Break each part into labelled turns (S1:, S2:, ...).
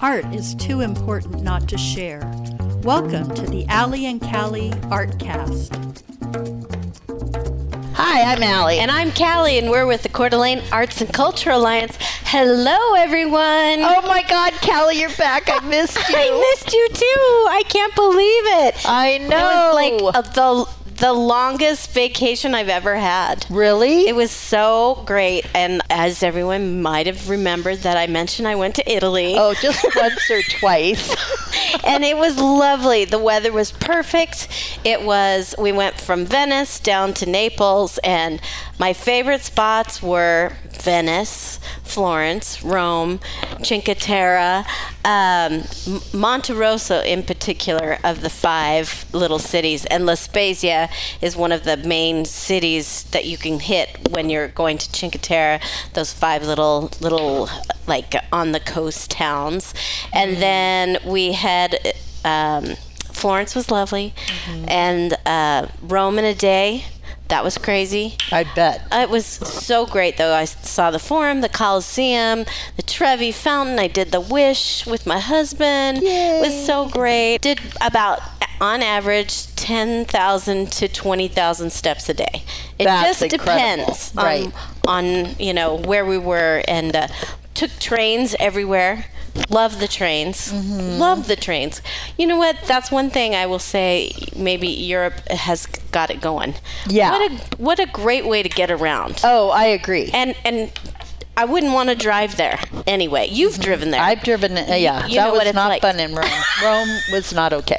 S1: art is too important not to share. Welcome to the Allie and Callie Artcast.
S2: Hi, I'm Allie.
S3: And I'm Callie, and we're with the Coeur d'Alene Arts and Culture Alliance. Hello, everyone.
S2: oh my God, Callie, you're back. I missed you.
S3: I missed you too. I can't believe it.
S2: I
S3: It was
S2: know.
S3: like a, the the longest vacation I've ever had.
S2: really?
S3: It was so great, and as everyone might have remembered, that I mentioned I went to Italy.
S2: oh, just once or twice.
S3: and it was lovely. The weather was perfect. It was, we went from Venice down to Naples, and my favorite spots were Venice, Florence, Rome, Cinque Terre, um, M- Monterosso in particular, of the five little cities. And La Spezia is one of the main cities that you can hit when you're going to Cinque Terre, those five little, little, like on the coast towns. And then we had um, Florence was lovely, and uh, Rome in a day. That was crazy.
S2: I bet.
S3: Uh, It was so great, though. I saw the Forum, the Coliseum, the Trevi Fountain. I did the Wish with my husband. It was so great. Did about, on average, 10,000 to 20,000 steps a day. It
S2: That's
S3: just
S2: incredible.
S3: depends
S2: Right.
S3: on, on, you know, where we were and uh, took trains everywhere. Love the trains. Love the trains. You know what? That's one thing I will say. Maybe Europe has got it going.
S2: Yeah.
S3: What a what a great way to get around.
S2: Oh, I agree.
S3: And and I wouldn't want to drive there anyway. You've driven there.
S2: I've driven. Uh, yeah,
S3: You
S2: that
S3: know
S2: was
S3: what it's
S2: not
S3: like.
S2: fun in Rome. Rome was not okay.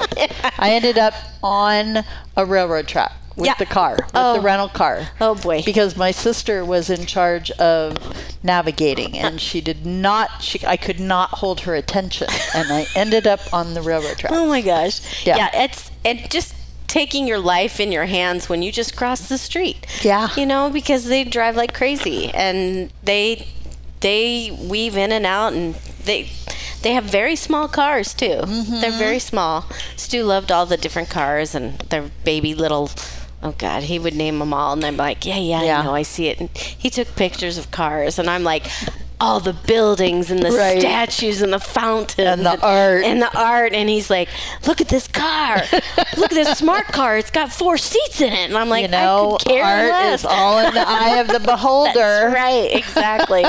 S2: I ended up on a railroad track with
S3: Yeah.
S2: the car, with
S3: Oh.
S2: the rental car.
S3: Oh, boy.
S2: Because my sister was in charge of navigating, and she did not. She, I could not hold her attention, and I ended up on the railroad track.
S3: oh my gosh.
S2: Yeah.
S3: it's and just taking your life in your hands when you just cross the street.
S2: Yeah.
S3: You know because they drive like crazy and they they weave in and out and they they have very small cars too.
S2: Mm-hmm.
S3: They're very small. Stu loved all the different cars and their baby little. Oh God, he would name them all, and I'm like, yeah, yeah,
S2: Yeah.
S3: I know, I see it. And he took pictures of cars, and I'm like, all the buildings and the
S2: Right.
S3: statues and the fountains
S2: And the art.
S3: and the art, and he's like, look at this car, look at this smart car. It's got four seats in it, and I'm like,
S2: you know,
S3: I could care
S2: art
S3: less.
S2: is all in the eye of the beholder.
S3: That's right, exactly.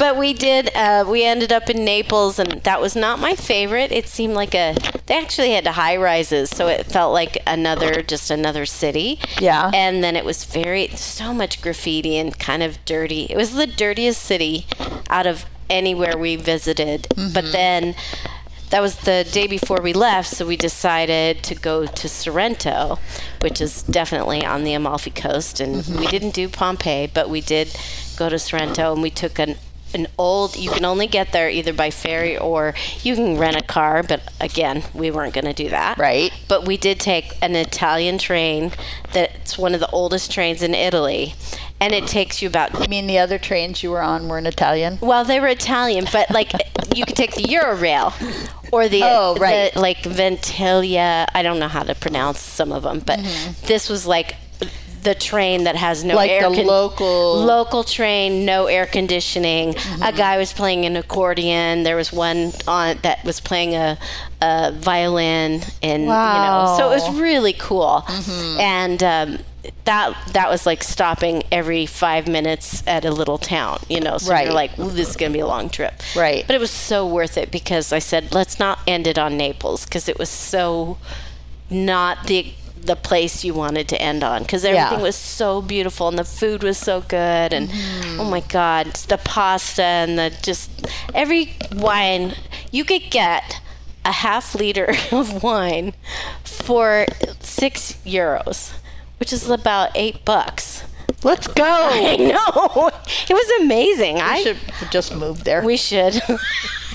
S3: but we did. Uh, we ended up in Naples, and that was not my favorite. It seemed like a. They actually had high rises, so it felt like another, just another city.
S2: Yeah.
S3: And then it was very so much graffiti and kind of dirty. It was the dirtiest city out of anywhere we visited. But then. That was the day before we left, so we decided to go to Sorrento, which is definitely on the Amalfi Coast. And we didn't do Pompeii, but we did go to Sorrento, and we took an an old. You can only get there either by ferry or you can rent a car. But again, we weren't going to do that.
S2: Right.
S3: But we did take an Italian train. That's one of the oldest trains in Italy, and it takes you about
S2: I mean, the other trains you were on were in Italian.
S3: well, they were Italian, but like you could take the Eurorail or the,
S2: Oh, right.
S3: the, like Ventilia. I don't know how to pronounce some of them, but this was like the train that has no
S2: Mm-hmm. Like
S3: air
S2: the local- Mm-hmm.
S3: local train, no air conditioning. A guy was playing an accordion. There was one on that was playing a, a violin, and you know, so it was
S2: Wow. Mm-hmm.
S3: really cool. And um, that that was like stopping every five minutes at a little town, you know. So
S2: Right.
S3: you're like, "Ooh, this is gonna be a long trip.
S2: Right.
S3: But it was so worth it because I said, let's not end it on Naples because it was so not the the place you wanted to end on because everything was so beautiful and the food was so good and
S2: Mm-hmm.
S3: oh my god the pasta and the just every wine you could get a half liter of wine for six euros which is about eight bucks
S2: Let's go.
S3: i know it was amazing i
S2: We Oh. should just move there.
S3: we should.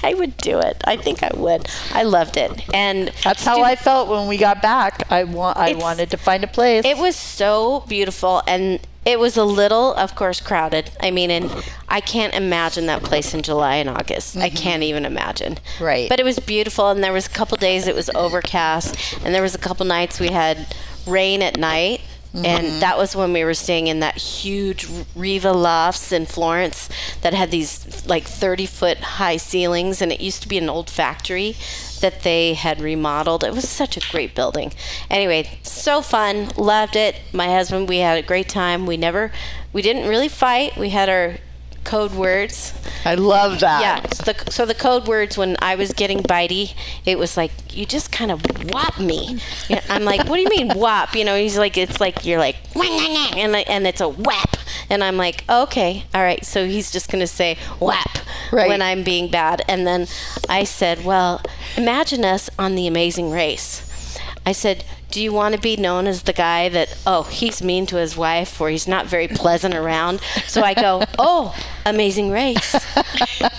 S3: I would do it. I think I would. I loved it, and
S2: That's how
S3: stu-
S2: I felt when we got back. I wa- I
S3: It's-
S2: wanted to find a place.
S3: It was so beautiful, and it was a little, of course, crowded. I mean, and I can't imagine that place in July and August. I can't even imagine.
S2: Right.
S3: But it was beautiful, and there was a couple days it was overcast, and there was a couple nights we had rain at night. And that was when we were staying in that huge Riva Lofts in Florence that had these like 30 foot high ceilings. And it used to be an old factory that they had remodeled. It was such a great building. Anyway, so fun. Loved it. My husband, we had a great time. We never, we didn't really fight. We had our code words.
S2: I love that.
S3: Yeah. So the, so the code words when I was getting bitey, it was like you just kind of whop me. You know, I'm like, what do you mean whop? You know, he's like, it's like you're like, "Wah, nah, nah," and I, and it's a whap, and I'm like, okay, all right. So he's just gonna say whap
S2: Right.
S3: when I'm being bad, and then I said, well, imagine us on The Amazing Race. I said. Do you want to be known as the guy that, oh, he's mean to his wife or he's not very pleasant around? So I go, oh, amazing race.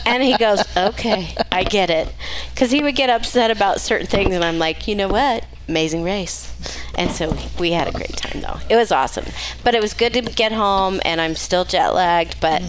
S3: And he goes, okay, I get it. Because he would get upset about certain things, and I'm like, you know what? Amazing race. And so we had a great time, though. It was awesome. But it was good to get home, and I'm still jet lagged, but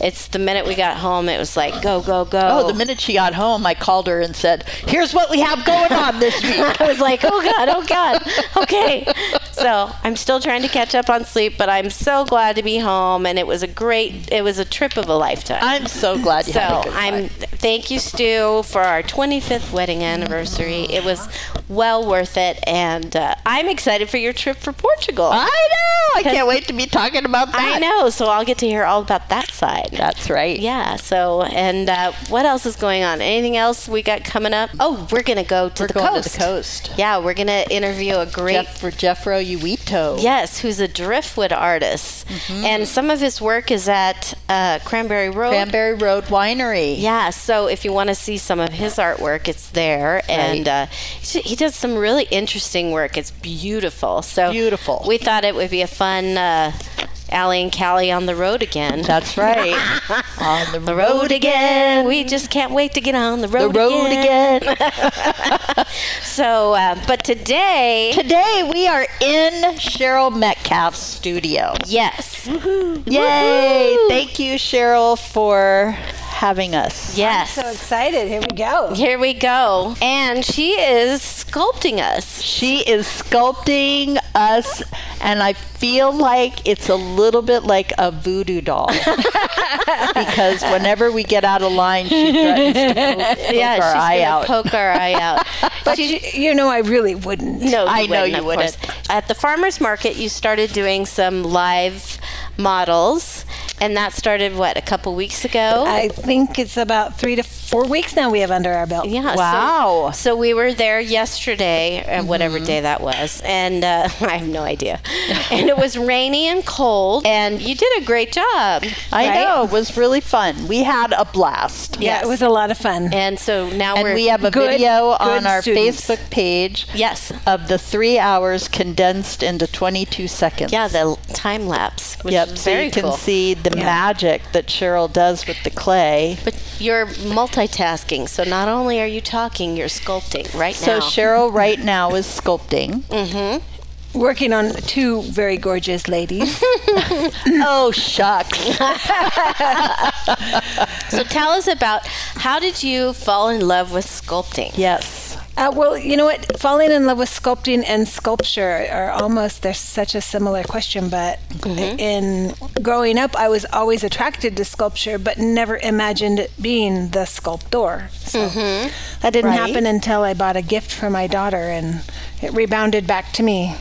S3: it's the minute we got home, it was like, go, go, go.
S2: Mm-hmm. Oh, the minute she got home, I called her and said, "Here's what we have going on this week."
S3: I was like, oh God, oh God, okay. So I'm still trying to catch up on sleep, but I'm so glad to be home, and it was a great, it was a trip of a lifetime.
S2: I'm so glad you
S3: So
S2: had a good
S3: I'm
S2: time.
S3: thank you, Stu, for our 25th wedding anniversary. It was well worth it, and uh, I'm excited for your trip for Portugal.
S2: I know. I can't wait to be talking about that.
S3: I know, so I'll get to hear all about that side.
S2: That's right.
S3: yeah. So, and uh, what else is going on? Anything else we got coming up? Oh, we're gonna go to
S2: We're
S3: the
S2: going
S3: coast.
S2: to the coast.
S3: Yeah, we're gonna interview a great
S2: Jeff for Jeffro Uito.
S3: Yes, who's a driftwood artist,
S2: Mm-hmm.
S3: and some of his work is at uh, Cranberry Road.
S2: Cranberry Road Winery.
S3: Yeah, so if you want to see some of his artwork, it's there, and uh, he he does some really interesting work. It's beautiful. So
S2: Beautiful.
S3: We thought it would be a fun uh, Allie and Callie on the road again.
S2: That's right. on the,
S3: the road again. We just can't wait to get on the
S2: The
S3: road.
S2: road again.
S3: So, uh, but today,
S2: Today we are in Cheryl Metcalf's studio.
S3: yes,
S2: Yay! Thank you, Cheryl, for having us.
S3: yes.
S4: So excited. Here we go.
S3: Here we go. And she is sculpting us.
S2: She is sculpting us, and I feel like it's a little bit like a voodoo doll. because whenever we get out of line, she threatens to poke, poke
S3: yeah,
S2: our
S3: she's
S2: eye
S3: gonna
S2: out.
S3: poke our eye out.
S4: But you, you know, I really wouldn't.
S3: No,
S2: I know you
S3: of course. At the farmers market, you started doing some live models, and that started what a couple weeks ago.
S4: I think it's about three to four weeks now we have under our belt.
S3: yeah. so-
S2: Wow. Mm-hmm.
S3: So, we were there yesterday, uh, whatever day that was, and uh, I have no idea. and it was rainy and cold, and you did a great job.
S2: I
S3: right?
S2: know, it was really fun. We had a blast.
S4: Yeah,
S3: Yes.
S4: it was a lot of fun.
S3: And so now
S2: And
S3: we're
S2: we have a
S4: good-
S2: video
S4: good
S2: on our
S4: students.
S2: Facebook page
S3: yes.
S2: of the three hours condensed into 22 seconds.
S3: Yeah, the time lapse, which
S2: Yep,
S3: is
S2: so
S3: very
S2: you can
S3: cool.
S2: see the magic that Cheryl does with the clay.
S3: But you're multitasking, so not only are you talking, you're sculpting right
S2: So
S3: now.
S2: Cheryl right now is sculpting.
S4: Mm-hmm. Working on two very gorgeous ladies.
S2: Oh shucks.
S3: So tell us about how did you fall in love with sculpting?
S2: Yes.
S4: uh, well, you know what? Falling in love with sculpting and sculpture are almost, they're such a similar question, but
S3: Mm-hmm.
S4: in growing up, I was always attracted to sculpture, but never imagined it being the sculptor. So
S3: Mm-hmm.
S4: that didn't
S2: Right.
S4: happen until I bought a gift for my daughter and it rebounded back to me.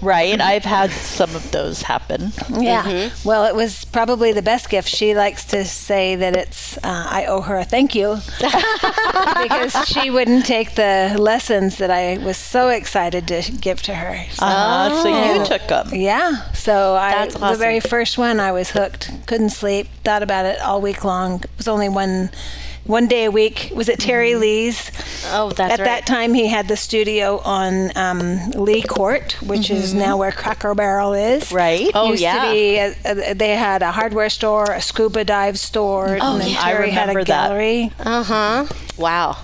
S2: Right. I've had some of those happen.
S4: Yeah. Well, it was probably the best gift. She likes to say that it's, uh, I owe her a thank you because she wouldn't take the lessons that I was so excited to give to her. So,
S2: Uh, so you took them.
S4: Oh. yeah. So I,
S3: That's
S4: the
S3: awesome.
S4: very first one, I was hooked. Couldn't sleep. Thought about it all week long. It was only one, one day a week. It was at Terry Lee's.
S3: Mm-hmm. Oh, that's
S4: At
S3: right.
S4: that time, he had the studio on um, Lee Court, which is now where Cracker Barrel is.
S2: Right.
S3: Mm-hmm. Oh,
S4: Used
S3: yeah.
S4: To be a, a- they had a hardware store, a scuba dive store,
S3: Oh,
S4: and then
S2: yeah. I
S4: Terry had
S2: remember
S4: a
S2: that.
S4: gallery.
S3: Uh
S4: Uh-huh.
S3: huh. Wow.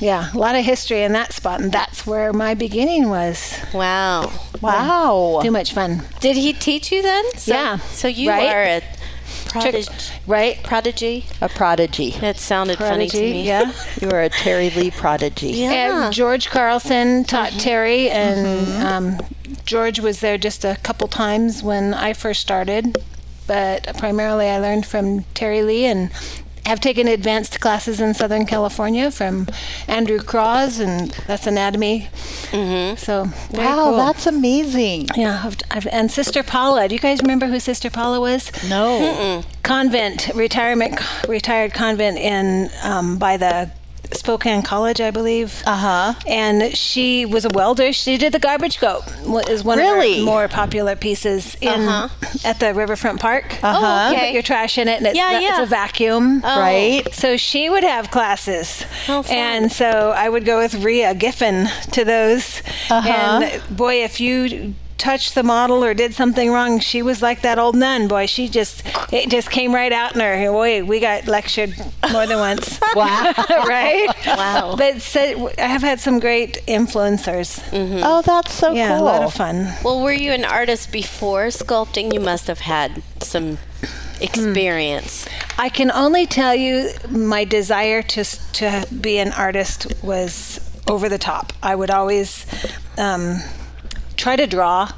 S4: Yeah, a lot of history in that spot, and that's where my beginning was.
S3: Wow.
S2: Wow.
S4: Too much fun,
S3: Did he teach you then? So,
S4: Yeah.
S3: So you
S4: Right?
S3: are a prodigy.
S4: right?
S3: prodigy.
S2: A prodigy.
S3: That sounded funny to
S4: Prodigy,
S3: me.
S4: yeah.
S2: You are a Terry Lee prodigy.
S3: Yeah.
S4: And George Carlson taught Terry, and um, George was there just a couple times when I first started, but primarily I learned from Terry Lee and have taken advanced classes in Southern California from Andrew Cross, and that's anatomy. Mm-hmm. So very
S2: Wow,
S4: cool.
S2: that's amazing.
S4: yeah. I've, I've, and Sister Paula, do you guys remember who Sister Paula was? Mm-hmm.
S2: No.
S4: Convent retirement, retired convent in um, by the Spokane College, I believe.
S3: Uh-huh.
S2: Uh huh.
S4: And she was a welder. She did the garbage goat. wh- Is one of
S2: Really?
S4: her more popular pieces in
S3: Uh-huh.
S4: at the Riverfront Park. Uh
S2: Uh-huh.
S4: You put your trash in it, and it's,
S3: Oh, Yeah,
S4: it's
S3: yeah.
S4: a vacuum.
S2: Right?
S4: So she would have classes.
S3: Oh, fun.
S4: and so I would go with Rhea Giffen to those.
S2: Uh-huh.
S4: And boy, if you touched the model or did something wrong, she was like that old nun. Boy, she just, it just came right out in her. Boy, we got lectured more than once.
S2: Wow.
S4: right?
S3: Wow.
S4: But so, I have had some great influencers.
S2: Oh, that's so
S4: Yeah,
S2: cool.
S4: a lot of fun.
S3: Well, were you an artist before sculpting? You must have had some
S4: Hmm.
S3: experience.
S4: I can only tell you my desire to s- to be an artist was over the top. I would always um, try to draw.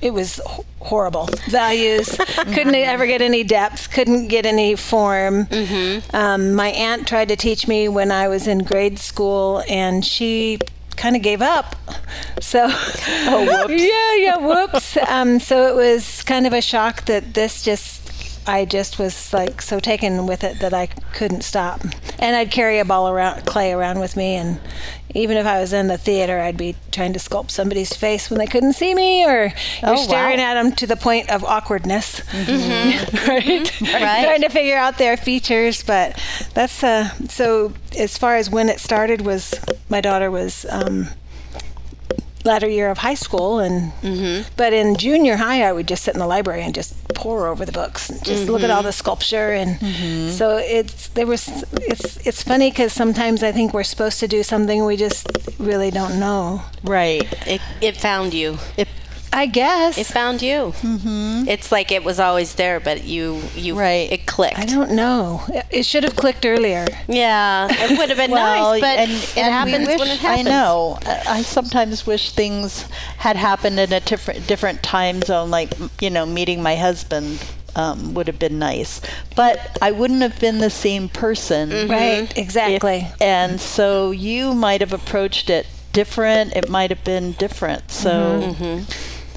S4: It was h- horrible. Values couldn't ever get any depth. Couldn't get any form. Um, my aunt tried to teach me when I was in grade school, and she kind of gave up. So, oh, whoops. yeah, yeah, whoops. um, so it was kind of a shock that this just I just was like so taken with it that I couldn't stop. And I'd carry a ball around, clay around with me, and even if I was in the theater, I'd be trying to sculpt somebody's face when they couldn't see me, or you're
S2: Oh,
S4: staring
S2: wow.
S4: at them to the point of awkwardness, right?
S2: Mm-hmm. Right.
S4: Trying to figure out their features, but that's uh. So as far as when it started was my daughter was. Um, latter year of high school and but in junior high i would just sit in the library and just pore over the books and just look at all the sculpture and so it's there was it's it's funny because sometimes i think we're supposed to do something we just really don't know
S2: Right.
S3: It, it found you.
S4: i guess
S3: It found you. Mm-hmm. It's like it was always there, but you you
S2: Right.
S3: it clicked.
S4: i don't know It- it should have clicked earlier
S3: Mm-hmm. yeah, it would have been
S2: Well,
S3: nice, but
S2: and,
S3: it
S2: and we
S3: happens
S2: wish,
S3: when it happens.
S2: I know. I I sometimes wish things had happened in a different different time zone. Like you know, meeting my husband um, would have been nice, but I wouldn't have been the same person.
S3: Mm-hmm.
S4: right
S2: if-
S4: exactly
S2: and so you might have approached it different. It might have been different. So,
S3: Mm-hmm.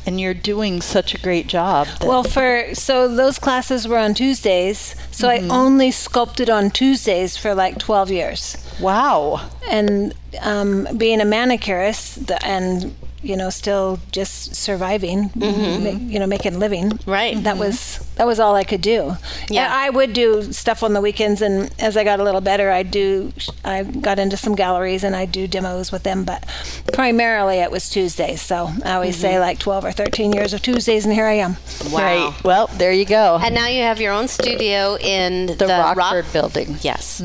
S2: and you're doing such a great job. that-
S4: Well, for so those classes were on Tuesdays, so I only sculpted on Tuesdays for like 12 years.
S2: wow.
S4: and um, being a manicurist the, and you know still just surviving ma- you know making a living
S3: Right.
S4: that was that was all i could do
S3: Yeah.
S4: yeah i would do stuff on the weekends and as i got a little better i do i got into some galleries and i do demos with them but primarily it was tuesdays so i always say like 12 or 13 years of tuesdays and here i am
S3: Wow.
S2: Right. Well, there you go.
S3: And now you have your own studio in the,
S2: the,
S3: Rock-
S2: Rockford building.
S3: Yes,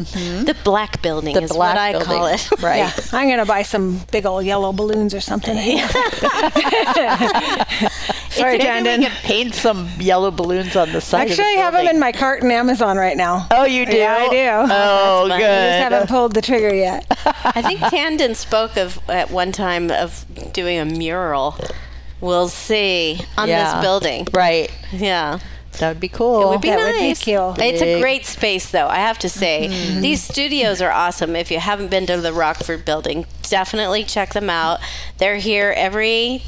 S3: the Black Building
S2: The
S3: is
S2: black
S3: what I
S2: building.
S3: call it.
S2: Right.
S4: yeah i'm gonna buy some big old yellow balloons or something sorry
S2: Maybe
S4: brandon
S2: we could paint some yellow balloons on the side.
S4: Actually, I
S2: of the
S4: have them
S2: building.
S4: in my cart in Amazon right now.
S2: Oh, you do?
S4: Yeah, I do.
S2: Oh,
S3: fun.
S2: good.
S4: I just haven't pulled the trigger yet.
S3: I think Tandon spoke of at one time of doing a mural. We'll see on
S2: Yeah.
S3: this building.
S2: Right.
S3: Yeah.
S2: That would be cool.
S3: It would be
S4: that would
S3: nice.
S4: be cool.
S3: It's a
S2: Big. Mm-hmm.
S3: great space, though. I have to say, these studios are awesome. If you haven't been to the Rockford Building, definitely check them out. They're here every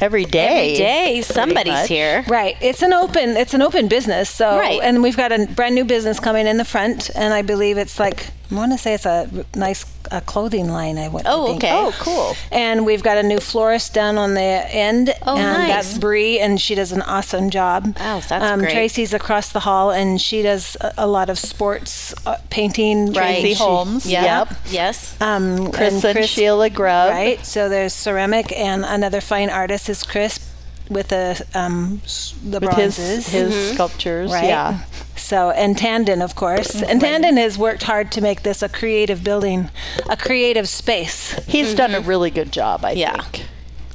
S2: every day.
S3: every day. Somebody's
S2: much.
S3: here.
S4: Right. It's an open. It's an open business. So,
S3: Right.
S4: and we've got a brand new business coming in the front, and I believe it's like I want to say it's a r- nice uh, clothing line. I went.
S3: Oh,
S4: I think.
S3: okay.
S2: Oh, cool.
S4: And we've got a new florist down on the end.
S3: Oh,
S4: and
S3: nice.
S4: That's Bree, and she does an awesome job. Um,
S3: Oh, that's great.
S4: Tracy's across the hall, and she does a, a lot of sports uh, painting.
S3: Right.
S2: Tracy
S3: She-
S2: Holmes.
S3: Yeah.
S2: Yep.
S3: Yes.
S4: Um,
S2: Chris and,
S4: Chris-
S2: Sheila Grubb.
S4: Right. So there's ceramic, and another fine artist is Chris with the um, s- the
S2: With his,
S4: bronzes.
S2: his sculptures.
S4: right.
S2: Yeah.
S4: So and Tandon, of course, and Tandon has worked hard to make this a creative building, a creative space.
S2: He's done a really good job, I
S3: Yeah.
S2: think.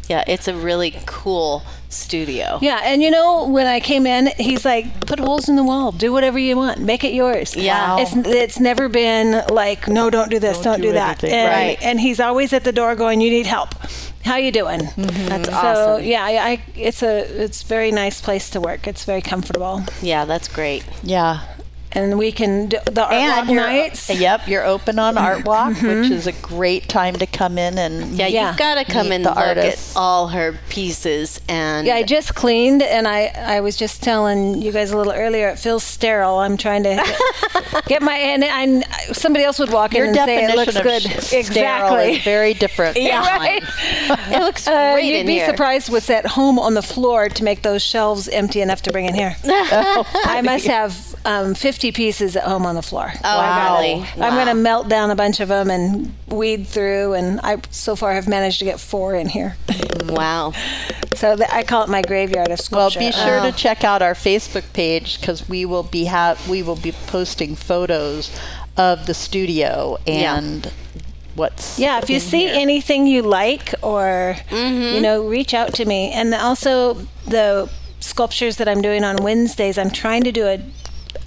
S3: Yeah. It's a really cool studio.
S4: Yeah, and you know when I came in, he's like, "Put holes in the wall. Do whatever you want. Make it yours."
S3: Yeah. Wow.
S4: it's it's never been like, "No, don't do this. Don't, do
S2: do
S4: that."
S2: everything.
S4: And,
S3: Right.
S4: And he's always at the door going, "You need help. How you doing?"
S3: Mm-hmm. That's
S4: so,
S3: awesome.
S4: yeah, I, I it's a it's very nice place to work. It's very comfortable,
S3: Yeah, that's great.
S2: Yeah.
S4: and we can do the art walk
S2: you're,
S4: nights.
S2: Yep, you're open on Art Walk, which is a great time to come in and
S3: Yeah,
S4: Yeah.
S3: you've got to come
S2: Meet
S3: and
S2: the
S3: look
S2: artists.
S3: at all her pieces and
S4: Yeah, I just cleaned, and I, I was just telling you guys a little earlier. It feels sterile. I'm trying to get my and and somebody else would walk in
S2: your
S4: and say
S2: definition
S4: it looks
S2: of
S4: good.
S2: sh- sterile is very different.
S3: Yeah.
S4: right?
S3: it looks great
S4: Uh,
S3: in
S4: you'd be
S3: here.
S4: surprised what's at home on the floor to make those shelves empty enough to bring in here.
S3: Oh,
S4: I must have um, 50 pieces at home on the floor.
S3: Oh, really?
S4: I'm
S3: Wow.
S4: going to melt down a bunch of them and weed through, and I so far have managed to get four in here.
S3: Wow.
S4: So th- I call it my graveyard of
S2: Well,
S4: sculpture. Uh,
S2: be sure to check out our Facebook page because we will be ha- we will be posting photos of the studio
S3: Yeah.
S2: and what's
S4: Yeah, if you
S2: in
S4: see
S2: here.
S4: anything you like or
S2: Mm-hmm.
S4: you know, reach out to me. And also the sculptures that I'm doing on Wednesdays, I'm trying to do a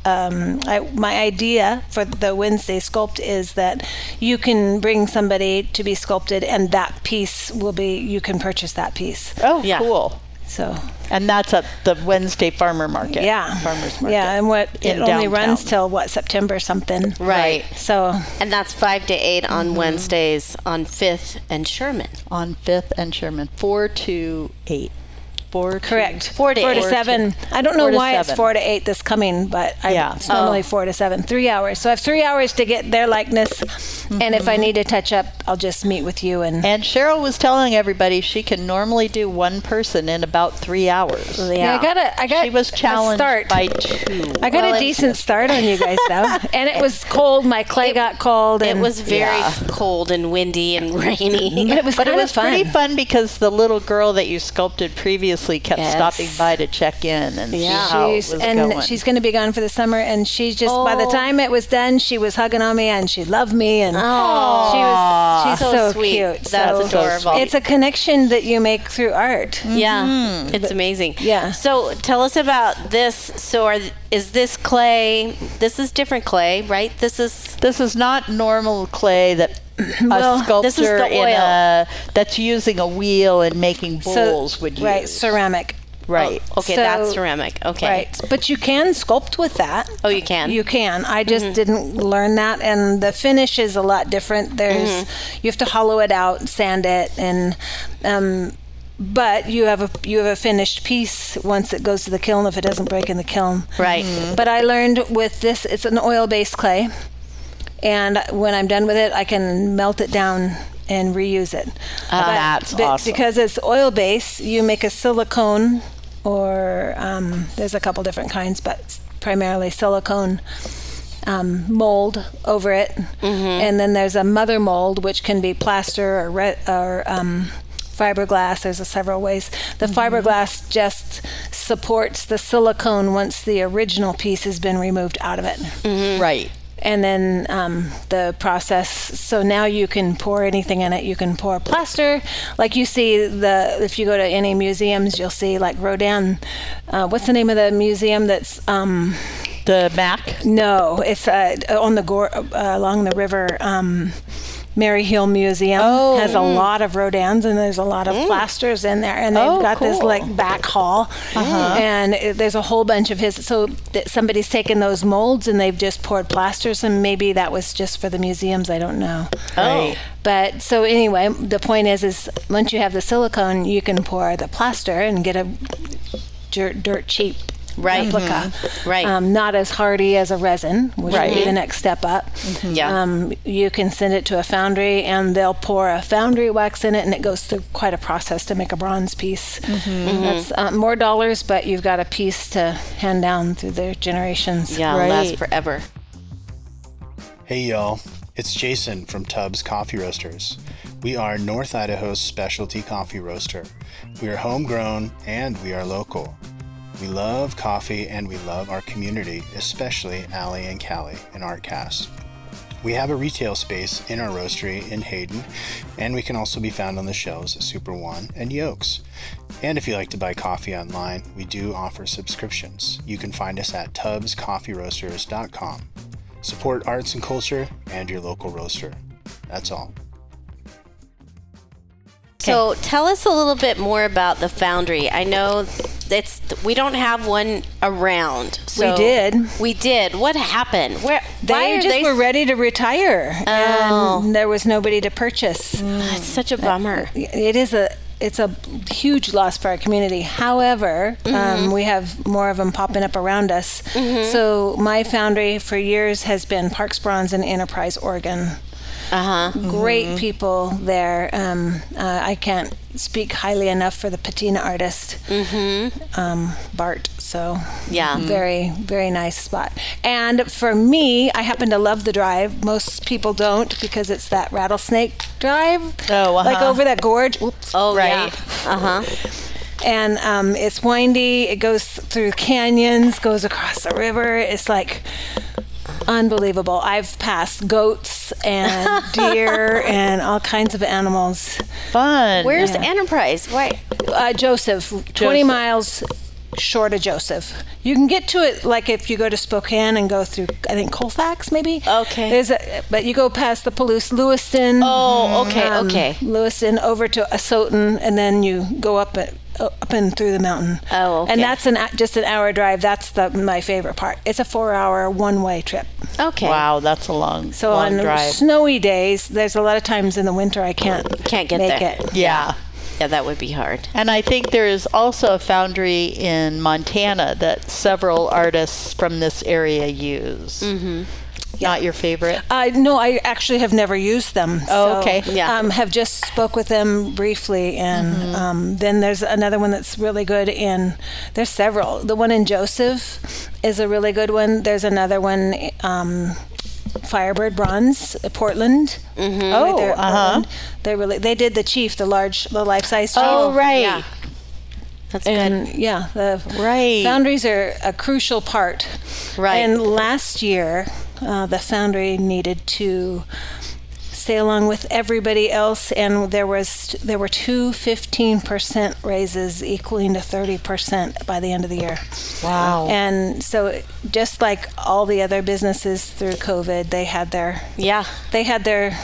S4: um, I, my idea for the Wednesday sculpt is that you can bring somebody to be sculpted, and that piece will be you can purchase that piece.
S2: oh
S3: Yeah.
S2: cool.
S4: So
S2: And that's at the Wednesday Farmer Market.
S4: yeah,
S2: Farmers Market.
S4: Yeah, and what it
S2: in
S4: only runs
S2: downtown.
S4: till what September something.
S3: Right.
S4: So
S3: And that's 5 to 8 on
S2: Mm-hmm.
S3: Wednesdays on 5th and Sherman.
S2: on Fifth and Sherman, four to eight. Four to-
S4: Correct.
S3: Four to
S4: four
S3: eight.
S4: to seven. Oh. I don't know
S2: Four to
S4: why it's
S2: seven.
S4: four to eight this coming, but I,
S2: Yeah.
S4: it's normally four to seven. Three hours. So I have three hours to get their likeness, and if I need to touch up, I'll just meet with you Mm-hmm. and.
S2: And Cheryl was telling everybody she can normally do one person in about three hours.
S4: Yeah, I got a. I got.
S2: She was
S4: a
S2: challenged
S4: start.
S2: by two.
S4: I got
S3: Well,
S4: a
S3: it's-
S4: decent start on you guys though, and it was cold. My clay got cold.
S3: It
S4: And,
S3: was very cold and windy and rainy.
S4: But it was
S2: But it
S4: kind
S2: was
S4: of fun.
S2: pretty fun because the little girl that you sculpted previously kept
S3: Yes.
S2: stopping by to check in and
S3: Yeah.
S2: see how it
S4: She's-
S2: was
S4: and
S2: going.
S4: she's going to be gone for the summer. And she just, by the
S3: Oh.
S4: time it was done, she was hugging on me and she loved me. And she was, she's
S3: So
S4: so,
S3: sweet.
S4: cute.
S3: That's
S4: so
S3: adorable.
S4: It's a connection that you make through art.
S3: Yeah, it's amazing.
S4: Mm-hmm. yeah.
S3: So tell us about this. So are, is this clay? This is different clay, right? This is
S2: this is not normal clay that a sculptor
S3: this is the
S2: in
S3: oil.
S2: a, that's using a wheel and making bowls would use.
S4: right, ceramic.
S2: Right.
S3: oh, okay.
S4: So-
S3: that's ceramic. Okay.
S4: Right. But you can sculpt with that.
S3: Oh, you can? Mm-hmm.
S4: You can. I just didn't learn that. And the finish is a lot different. There's,
S3: Mm-hmm.
S4: you have to hollow it out, sand it, and, um, but you have a you have a finished piece once it goes to the kiln if it doesn't break in the kiln.
S3: Right. Mhm.
S4: But I learned with this it's an oil based clay. And when I'm done with it I can melt it down and reuse it. But
S2: Ah, that's
S4: be-
S2: awesome.
S4: Because it's oil based, you make a silicone, or um, there's a couple different kinds, but s- primarily silicone um, mold over it.
S2: Mm-hmm.
S4: And then there's a mother mold, which can be plaster or, re- or um, fiberglass. There's a several ways. The
S2: Mm-hmm.
S4: fiberglass just supports the silicone once the original piece has been removed out of it
S2: Right.
S4: and then um, the process. So now you can pour anything in it. You can pour plaster, like you see the. If you go to any museums, you'll see like Rodin. Uh, what's the name of the museum that's? Um,
S2: The Mac.
S4: no, it's uh, on the gore, uh, along the river. Um, Mary Hill Museum
S2: Oh,
S4: has a
S2: mm.
S4: lot of Rodins and there's a lot of plasters in there, and they've
S2: Oh,
S4: got this
S2: cool. Uh-huh.
S4: like back hall, and it, there's a whole bunch of his. So th- somebody's taken those molds and they've just poured plasters, and maybe that was just for the museums. I don't know.
S2: Right.
S4: But so anyway, the point is, is once you have the silicone, you can pour the plaster and get a dirt, dirt cheap
S3: Right. Mm-hmm.
S4: replica.
S3: Right.
S4: Um, not as hardy as a resin, which would be
S2: Right.
S4: the next step up.
S3: Yeah.
S4: Um, you can send it to a foundry, and they'll pour a foundry wax in it, and it goes through quite a process to make a bronze piece.
S3: Mm-hmm.
S4: That's uh, more dollars, but you've got a piece to hand down through their generations.
S3: Yeah. Last
S2: Right.
S3: forever.
S5: Hey y'all, it's Jason from Tubbs Coffee Roasters. We are North Idaho's specialty coffee roaster. We are homegrown and we are local. We love coffee and we love our community, especially Allie and Callie in ArtCast. We have a retail space in our roastery in Hayden, and we can also be found on the shelves at Super One and Yokes. And if you like to buy coffee online, we do offer subscriptions. You can find us at tubscoffeeroasters.com. Support arts and culture and your local roaster. That's all.
S3: So tell us a little bit more about the foundry. I know it's we don't have one around. So
S4: did.
S3: We did. What happened? Where why
S4: They
S3: are
S4: just
S3: they
S4: were ready to retire,
S3: Oh.
S4: and there was nobody to purchase.
S3: It's such a bummer.
S4: it is a it's a huge loss for our community. However, um,
S2: Mm-hmm.
S4: we have more of them popping up around us. So my foundry for years has been Parks Bronze in Enterprise, Oregon.
S3: Uh
S2: Uh-huh.
S3: huh.
S4: Great
S2: Mm-hmm.
S4: people there. Um, uh, I can't speak highly enough for the patina artist,
S2: Mm-hmm.
S4: um, Bart. So
S3: Yeah.
S4: very very nice spot. And for me, I happen to love the drive. Most people don't because it's that rattlesnake drive,
S2: Oh,
S4: like
S2: uh-huh.
S4: over that gorge. Whoops.
S3: Oh
S2: Right.
S3: yeah.
S4: Uh-huh.
S3: Uh huh.
S4: and um, it's windy. It goes through canyons, goes across the river. It's like unbelievable. I've passed goats and deer and all kinds of animals.
S2: Fun.
S3: Where's Enterprise? Why?
S4: Uh, Joseph, 20 miles short of Joseph. You can get to it like if you go to Spokane and go through, I think Colfax maybe.
S3: Okay.
S4: There's a, but you go past the Palouse, Lewiston. Um,
S3: Oh, okay, okay.
S4: Lewiston over to Asotin, and then you go up it, up and through the mountain.
S3: Oh, okay.
S4: And that's an h- just an hour drive. That's the my favorite part. It's a four-hour one-way trip.
S3: Okay.
S2: Wow, that's a long,
S4: So
S2: long
S4: on
S2: drive.
S4: snowy days, there's a lot of times in the winter I can't
S3: Can't get
S4: make
S3: there.
S4: it.
S2: yeah.
S3: Yeah, that would be hard.
S2: And I think there is also a foundry in Montana that several artists from this area use. Mm-hmm. Not your favorite?
S4: Uh, no, I actually have never used them.
S2: Oh, okay.
S3: Yeah.
S4: Um, have just spoke with them briefly, and
S2: Mm-hmm.
S4: um, then there's another one that's really good. In there's several. The one in Joseph is a really good one. There's another one. Um, Firebird Bronze, uh, Portland. Mm-hmm.
S2: Oh, uh-huh.
S4: They really they did the chief, the large, the life size chief.
S2: Oh, right.
S3: Yeah. That's good.
S4: And yeah, the
S2: Right.
S4: foundries are a crucial part.
S3: Right.
S4: And last year, uh, the foundry needed to stay along with everybody else, and there was there were two 15 percent raises, equaling to 30 percent by the end of the year.
S2: Wow.
S4: And so, just like all the other businesses through COVID, they had their
S3: Yeah.
S4: they had their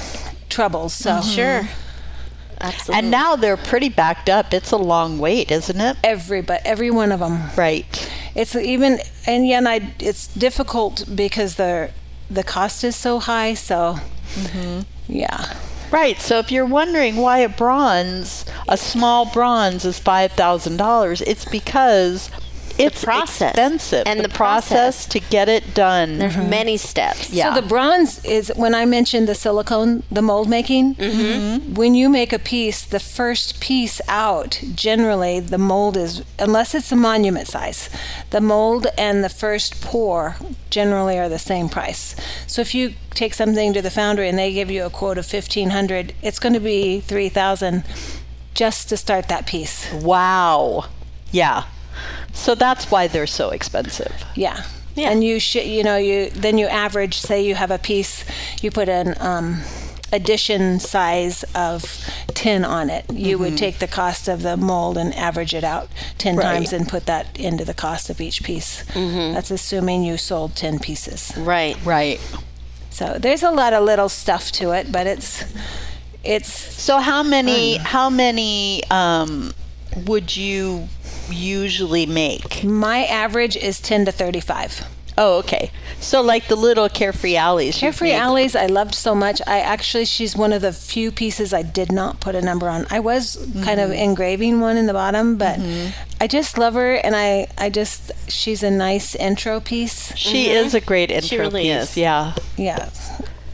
S4: troubles. So
S3: Sure. Absolutely.
S2: And now they're pretty backed up. It's a long wait, isn't it?
S4: every but every one of them.
S2: Right.
S4: it's even and yet I it's difficult because the the cost is so high. So yeah,
S2: Right. So if you're wondering why a bronze, a small bronze, is five thousand dollars, it's because it's
S3: process.
S2: expensive
S3: And the process.
S2: to get it done.
S3: There's many steps.
S2: Yeah.
S4: So the bronze is when I mentioned the silicone, the mold making. When you make a piece, the first piece out, generally the mold is, unless it's a monument size, the mold and the first pour generally are the same price. So if you take something to the foundry and they give you a quote of fifteen hundred, it's going to be three thousand just to start that piece.
S2: Wow. Yeah. So that's why they're so expensive.
S4: Yeah.
S3: Yeah.
S4: And you should, you know, you then you average. Say you have a piece, you put an um, addition size of ten on it. You would take the cost of the mold and average it out ten times and put that into the cost of each piece. That's assuming you sold ten pieces.
S3: Right.
S2: Right.
S4: So there's a lot of little stuff to it, but it's it's
S2: So how
S3: Oh,
S2: many? How many um, would you usually make?
S4: my average is ten to thirty-five.
S2: Oh, okay. So like the little carefree alleys. you've
S4: Carefree
S2: made.
S4: Alleys, I loved so much. I actually, she's one of the few pieces I did not put a number on. I was kind of engraving one in the bottom, but I just love her, and I, I just, she's a nice intro piece.
S2: She is a great intro
S3: really
S2: piece.
S3: is.
S2: Yeah.
S4: Yeah.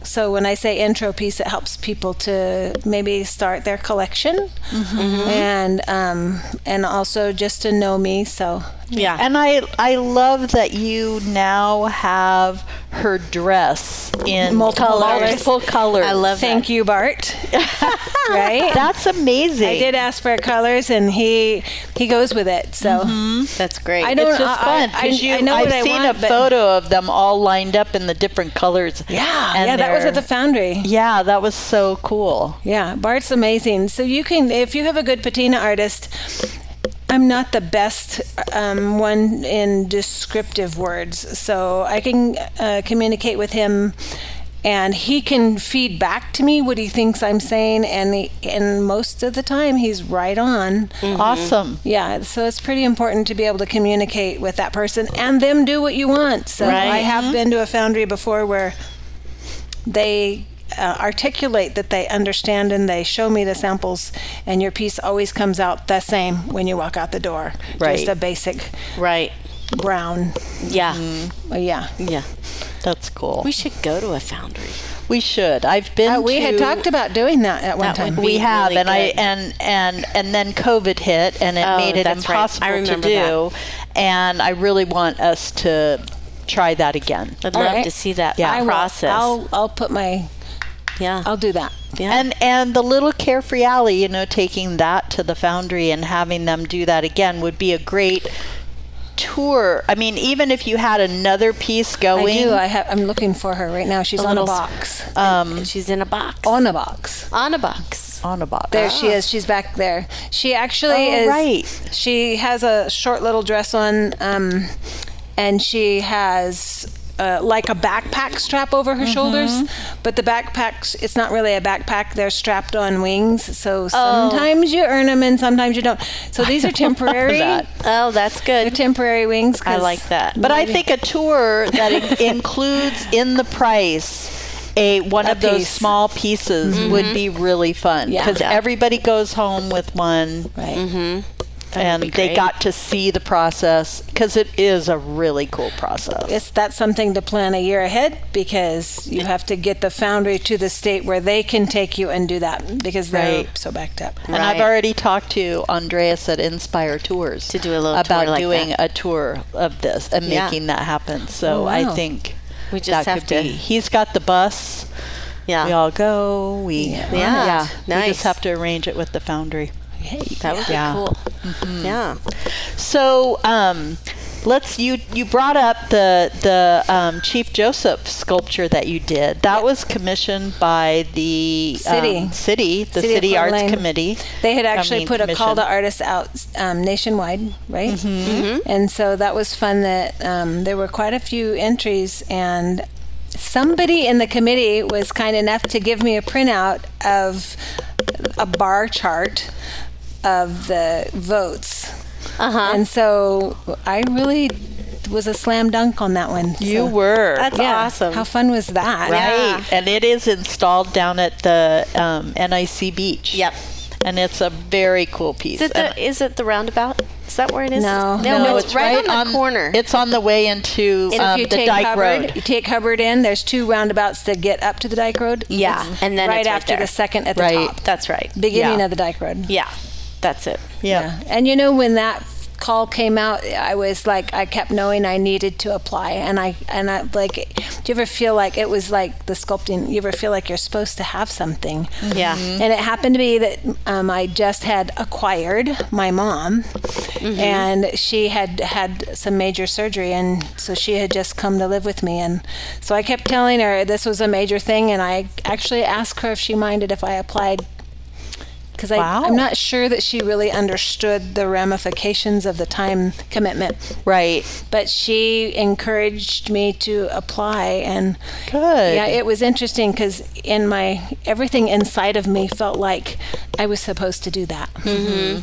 S4: So when I say intro piece, it helps people to maybe start their collection, and um, and also just to know me. So
S3: Yeah.
S2: And I I love that you now have her dress in
S4: Multiple colors.
S2: multiple colors.
S3: I love
S4: Thank you, Bart. right?
S2: That's amazing.
S4: I did ask for colors, and he he goes with it. So
S3: that. That's great.
S4: I don't.
S2: It's just
S4: I-
S2: fun
S4: I, I,
S2: 'cause you-
S4: I know
S2: I've
S4: what I
S2: seen
S4: want,
S2: a
S4: but-
S2: photo of them all lined up in the different colors.
S4: Yeah,
S2: and
S4: yeah, that was at the
S2: they're-
S4: foundry.
S2: Yeah, that was so cool.
S4: Yeah, Bart's amazing. So you can, if you have a good patina artist, I'm not the best um, one in descriptive words, so I can uh, communicate with him, and he can feed back to me what he thinks I'm saying, and he, and most of the time he's right on.
S2: Awesome.
S4: Yeah, so it's pretty important to be able to communicate with that person and them do what you want. So I have
S3: Mm-hmm.
S4: been to a foundry before where they uh, articulate that they understand and they show me the samples, and your piece always comes out the same when you walk out the door.
S2: Right.
S4: Just a basic
S3: right.
S4: brown.
S3: Yeah.
S4: Well, yeah.
S3: Yeah.
S2: That's cool.
S3: We
S2: We,
S3: should go to a foundry.
S2: should. I've been.
S4: Uh, we had
S2: to-
S4: talked about doing that at one
S3: That
S4: time.
S3: would be
S2: We have,
S3: really
S2: and I
S3: good.
S2: and and and then COVID hit, and it
S3: Oh,
S2: made it
S3: that's right. I
S2: impossible to
S3: remember
S2: do. And I really want us to try that again.
S3: I'd
S4: All
S3: love
S4: right.
S3: to see that
S2: Yeah.
S4: I will.
S3: process.
S4: I'll, I'll put my,
S3: yeah.
S4: I'll do that.
S3: yeah.
S2: And and the little carefree alley, you know, taking that to the foundry and having them do that again would be a great tour. I mean, even if you had another piece
S4: I
S2: going,
S4: do. I have, I'm looking for her right now. She's on a
S3: little s-
S4: box. Uh,
S3: And Um, she's in a box.
S4: on a box.
S3: on a box.
S2: on a box.
S4: There she is. She's back there. She actually
S2: Oh,
S4: is.
S2: right.
S4: She has a short little dress on, um, and she has. Uh, like a backpack strap over her shoulders, but the backpacks, it's not really a backpack. They're strapped on wings. So sometimes you earn them and sometimes you don't. So these are temporary.
S2: that.
S3: Oh, that's
S4: They're
S3: good.
S4: temporary wings.
S3: I
S4: 'cause-
S3: like that.
S2: But I think a tour that in- includes in the price a one
S4: A
S2: of those
S4: piece.
S2: small pieces
S3: Mm-hmm.
S2: would be really fun
S4: Yeah.
S2: because
S4: Yeah.
S2: everybody goes home with one
S4: Right.
S2: and
S3: Mm-hmm. be
S2: they
S3: great.
S2: got to see the process because it is a really cool process.
S4: It's that's something to plan a year ahead because you have to get the foundry to the state where they can take you and do that because they're
S2: Right.
S4: so backed up.
S2: And I've
S3: Right.
S2: already talked to Andreas at Inspire Tours
S3: To do a little
S2: about
S3: tour like
S2: doing
S3: that.
S2: a tour of this and
S3: Yeah.
S2: making that happen. So
S4: Oh,
S2: I
S4: wow.
S2: think
S3: We just
S2: that
S3: have
S2: could
S3: to-
S2: be. He's got the bus.
S3: Yeah.
S2: We all go. We yeah.
S3: Yeah.
S2: We
S3: Nice.
S2: just have to arrange it with the foundry.
S3: that would
S2: Yeah.
S3: be cool. Yeah.
S2: So um, let's you you brought up the the um, Chief Joseph sculpture that you did. That was commissioned by the um,
S4: City.
S2: city, the
S4: City
S2: city,
S4: of Fort
S2: arts
S4: Lane.
S2: committee.
S4: They had
S2: I
S4: actually
S2: mean,
S4: put a call
S2: commission.
S4: to artists out um, nationwide, right?
S2: Mm-hmm.
S4: And so that was fun. That um, there were quite a few entries, and somebody in the committee was kind enough to give me a printout of a bar chart of the votes.
S3: Uh-huh.
S4: And so I really was a slam dunk on that one.
S2: You
S4: So-
S2: were.
S3: That's
S4: Yeah.
S3: awesome.
S4: How fun was that?
S2: Right. And it is installed down at the um, NIC beach.
S3: Yep.
S2: And it's a very cool piece.
S3: Is it
S2: And-
S3: the is it the roundabout? Is that where it is?
S4: No.
S3: no, it's, right, on the corner.
S2: It's on the way into
S4: And
S2: um,
S4: if you
S2: the
S4: take
S2: Dyke
S4: Hubbard,
S2: Road.
S4: you take Hubbard in. There's two roundabouts that get up to the Dyke Road.
S3: Yeah,
S4: It's
S3: and then
S4: right
S3: it's right
S4: after
S3: there.
S4: the second at the
S2: Right.
S4: top,
S3: that's right.
S4: beginning
S2: Yeah.
S4: of the Dyke Road.
S3: Yeah, that's it.
S2: Yeah.
S4: And you know when that call came out, I was like, I kept knowing I needed to apply, and I and I like, do you ever feel like it was like the sculpting? You ever feel like you're supposed to have something?
S3: Yeah.
S4: And it happened to be that um, I just had acquired my mom, and she had had some major surgery, and so she had just come to live with me. And so I kept telling her this was a major thing, and I actually asked her if she minded if I applied. Because
S2: Wow.
S4: I'm not sure that she really understood the ramifications of the time commitment,
S2: Right.
S4: but she encouraged me to apply and
S2: Good.
S4: yeah it was interesting because in my everything inside of me felt like i was supposed to do that
S3: Hmm.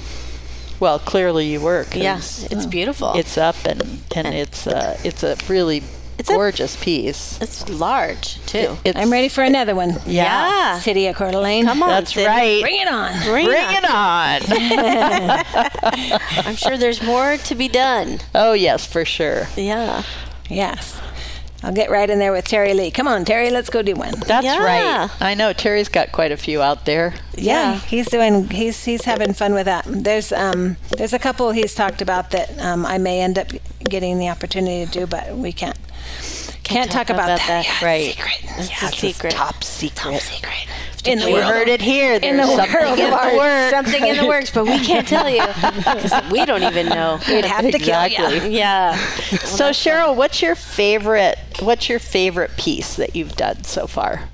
S2: Well, clearly you were. 'cause
S3: Yeah, it's beautiful.
S2: It's up and, and it's, uh, it's a really
S3: It's a-
S2: gorgeous piece.
S3: it's large too.
S2: It's,
S4: i'm ready for another one
S3: yeah.
S4: city of Coeur d'Alene.
S3: Come on,
S2: That's
S3: Sid.
S2: right.
S4: bring it on
S3: Bring
S2: Bring
S3: it.
S2: it on.
S3: I'm sure there's more to be done.
S2: oh, yes, for sure.
S3: Yeah.
S4: yes i'll get right in there with terry lee come on terry let's go do one
S2: That's
S3: Yeah.
S2: right. I know. Terry's got quite a few out there.
S4: yeah, he's doing he's he's having fun with that there's um there's a couple he's talked about that um, i may end up getting the opportunity to do but we can't Can't talk about that. Yeah,
S2: Right.
S4: secret.
S3: It's
S4: Yeah,
S3: a secret.
S2: Top secret.
S3: secret.
S4: in the
S2: You
S4: world.
S2: heard it here.
S4: In the
S2: There's something
S4: world of
S2: in the
S4: art.
S2: works.
S3: Something in the works, but we can't tell you because we don't even know.
S4: We'd have to kill you.
S2: Exactly.
S3: Yeah.
S2: So Cheryl, what's your favorite? What's your favorite piece that you've done so far?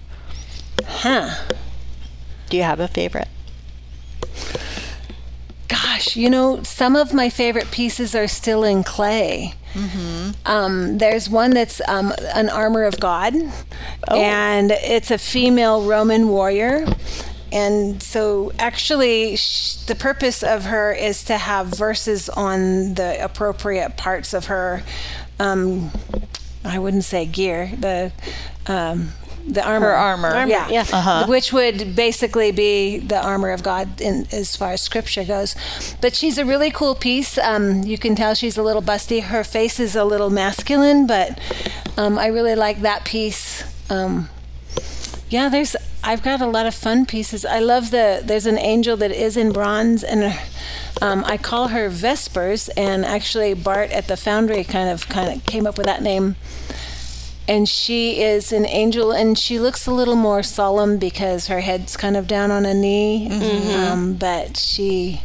S4: Huh.
S2: Do you have a favorite?
S4: Gosh, you know, some of my favorite pieces are still in clay. Um, there's one that's um, an armor of God, and it's a female Roman warrior. And so, actually, sh- the purpose of her is to have verses on the appropriate parts of her. Um, I wouldn't say gear. The um, the armor.
S2: armor. Armor,
S4: Yeah.
S3: yeah.
S2: Uh-huh.
S4: Which would basically be the armor of God in as far as scripture goes. But she's a really cool piece. Um, you can tell she's a little busty. Her face is a little masculine, but um, I really like that piece. Um, yeah, there's. I've got a lot of fun pieces. I love the. There's an angel that is in bronze, and um, I call her Vespers. And actually, Bart at the foundry kind of kind of came up with that name. And she is an angel, and she looks a little more solemn because her head's kind of down on a knee.
S2: Mm-hmm.
S4: Um, but she,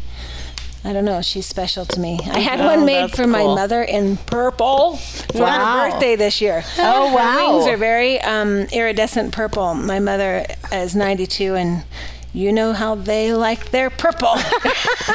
S4: I don't know, she's special to me. I had one made
S2: Oh, that's
S4: for my
S2: cool.
S4: mother in purple for
S2: Wow.
S4: her birthday this year.
S2: Oh,
S4: Her
S2: wow.
S4: wings are very um, iridescent purple. My mother is 92, and you know how they like their purple.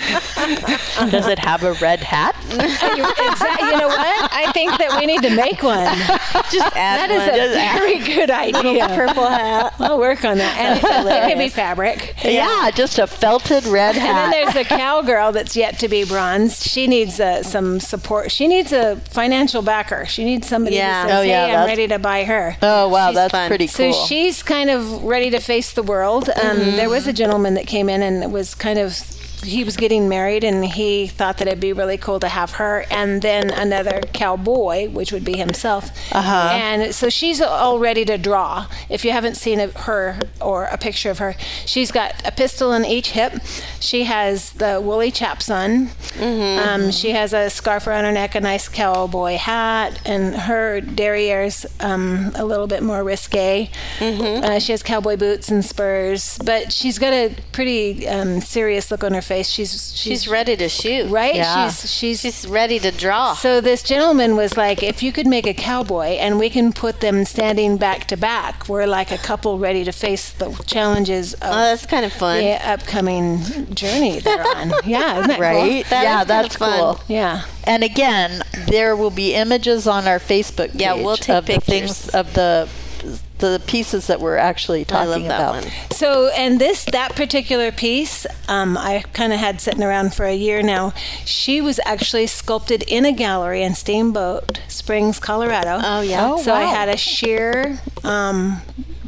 S2: Does it have a red hat?
S4: exactly. You know what? I think that we need to make one.
S2: Just add
S4: That is a
S2: one. Just add-
S4: very good idea. Purple hat. I'll work on that. And it could be fabric.
S2: yeah. just a felted red
S4: And then
S2: hat.
S4: there's the cowgirl that's yet to be bronzed. She needs uh, some support. She needs a financial backer. She needs somebody
S3: Yeah.
S4: to say,
S2: Oh, yeah,
S4: hey, I'm
S2: that's-
S4: ready to buy her.
S2: Oh wow,
S3: She's
S2: that's
S3: fun.
S2: pretty cool. Mm-hmm.
S4: So she's kind of ready to face the world. Um, There was a gentleman that came in and was kind of, he was getting married and he thought that it'd be really cool to have her and then another cowboy, which would be himself. Uh-huh. And so she's all ready to draw. If you haven't seen a, her or a picture of her, she's got a pistol in each hip. She has the woolly chaps on. Um, she has a scarf around her neck, a nice cowboy hat, and her derriere's um, a little bit more risque. Uh, she has cowboy boots and spurs, but she's got a pretty um, serious look on her face. She's she's,
S3: She's ready to shoot.
S4: right.
S2: Yeah.
S4: She's she's.
S3: She's ready to draw.
S4: so this gentleman was like, "If you could make a cowboy and we can put them standing back to back, we're like a couple ready to face the challenges of
S3: oh, that's kind of fun.
S4: the upcoming journey they're on." yeah, isn't that cool?
S2: right?
S3: That
S2: yeah,
S3: is kinda
S2: that's
S3: fun.
S2: cool.
S4: Yeah.
S2: And again, there will be images on our Facebook page
S3: Yeah, we'll take
S2: of the things
S3: pictures.
S2: of the the pieces that we're actually
S3: I
S2: talking
S3: love that
S2: about.
S3: one.
S4: So, and this that particular piece, um, I kind of had sitting around for a year now. She was actually sculpted in a gallery in Steamboat Springs, Colorado.
S3: Oh, yeah. Oh,
S4: so I
S2: wow.
S4: had a sheer, um,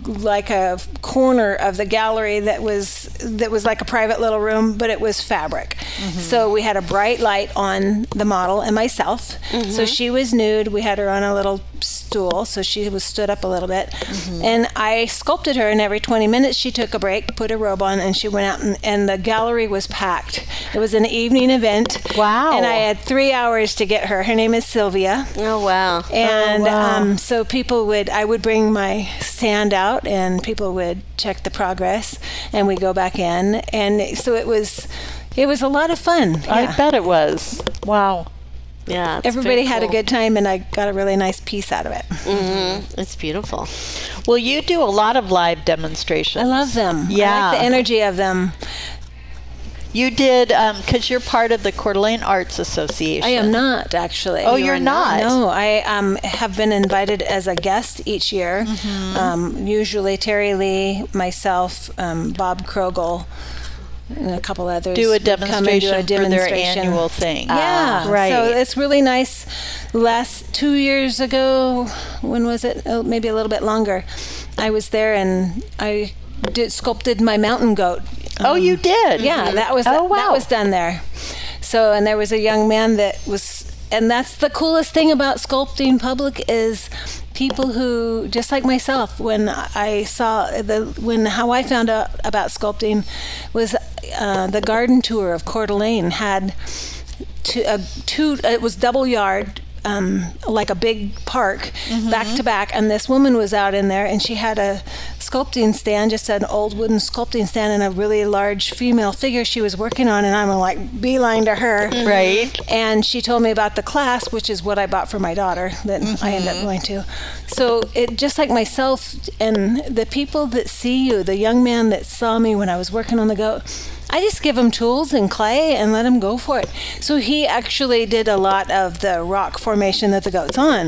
S4: like a f- corner of the gallery that was that was like a private little room, but it was fabric. So we had a bright light on the model and myself. So she was nude. We had her on a little stool, so she was stood up a little bit. And I sculpted her, and every 20 minutes she took a break, put a robe on, and she went out, and, and the gallery was packed. It was an evening event.
S2: Wow.
S4: And I had three hours to get her. Her name is Sylvia.
S3: Oh, wow.
S4: And
S2: wow.
S4: um, so people would, I would bring my sand out and people would check the progress and we go back in. And so it was, it was a lot of fun.
S2: I bet it was. Wow.
S3: Yeah. it's
S4: Everybody
S3: pretty
S4: had a
S3: cool.
S4: good time and I got a really nice piece out of it.
S3: It's beautiful.
S2: Well, you do a lot of live demonstrations.
S4: I love them.
S2: Yeah.
S4: I like the energy of them.
S2: You did because you're part of the Coeur d'Alene Arts Association.
S4: I am not actually.
S2: Oh, You you're are not? not?
S4: No, I um, have been invited as a guest each year.
S2: Mm-hmm.
S4: Um, usually Terry Lee, myself, um, Bob Krogel, and a couple others
S2: Do a
S4: would come and do a
S2: demonstration, for their
S4: demonstration.
S2: annual thing.
S4: Yeah,
S2: right.
S4: Uh, So it's really nice. Last two years ago, when was it? Oh, maybe a little bit longer. I was there and I did sculpted my mountain goat. Um,
S2: oh, you did.
S4: Yeah, that was
S2: Oh, wow.
S4: that was done there. So, and there was a young man that was, and that's the coolest thing about sculpting public is people who, just like myself, when I saw the when how I found out about sculpting was uh, the garden tour of Coeur d'Alene had. Two, uh, two, it was uh, double yard um, like a big park back to back, and this woman was out in there, and she had a sculpting stand, just an old wooden sculpting stand, and a really large female figure she was working on, and I'm like beeline to her,
S2: Right.
S4: and she told me about the class, which is what I bought for my daughter that I ended up going to. So it just like myself and the people that see you, the young man that saw me when I was working on the goat, I just give him tools and clay and let him go for it. So he actually did a lot of the rock formation that the goat's on,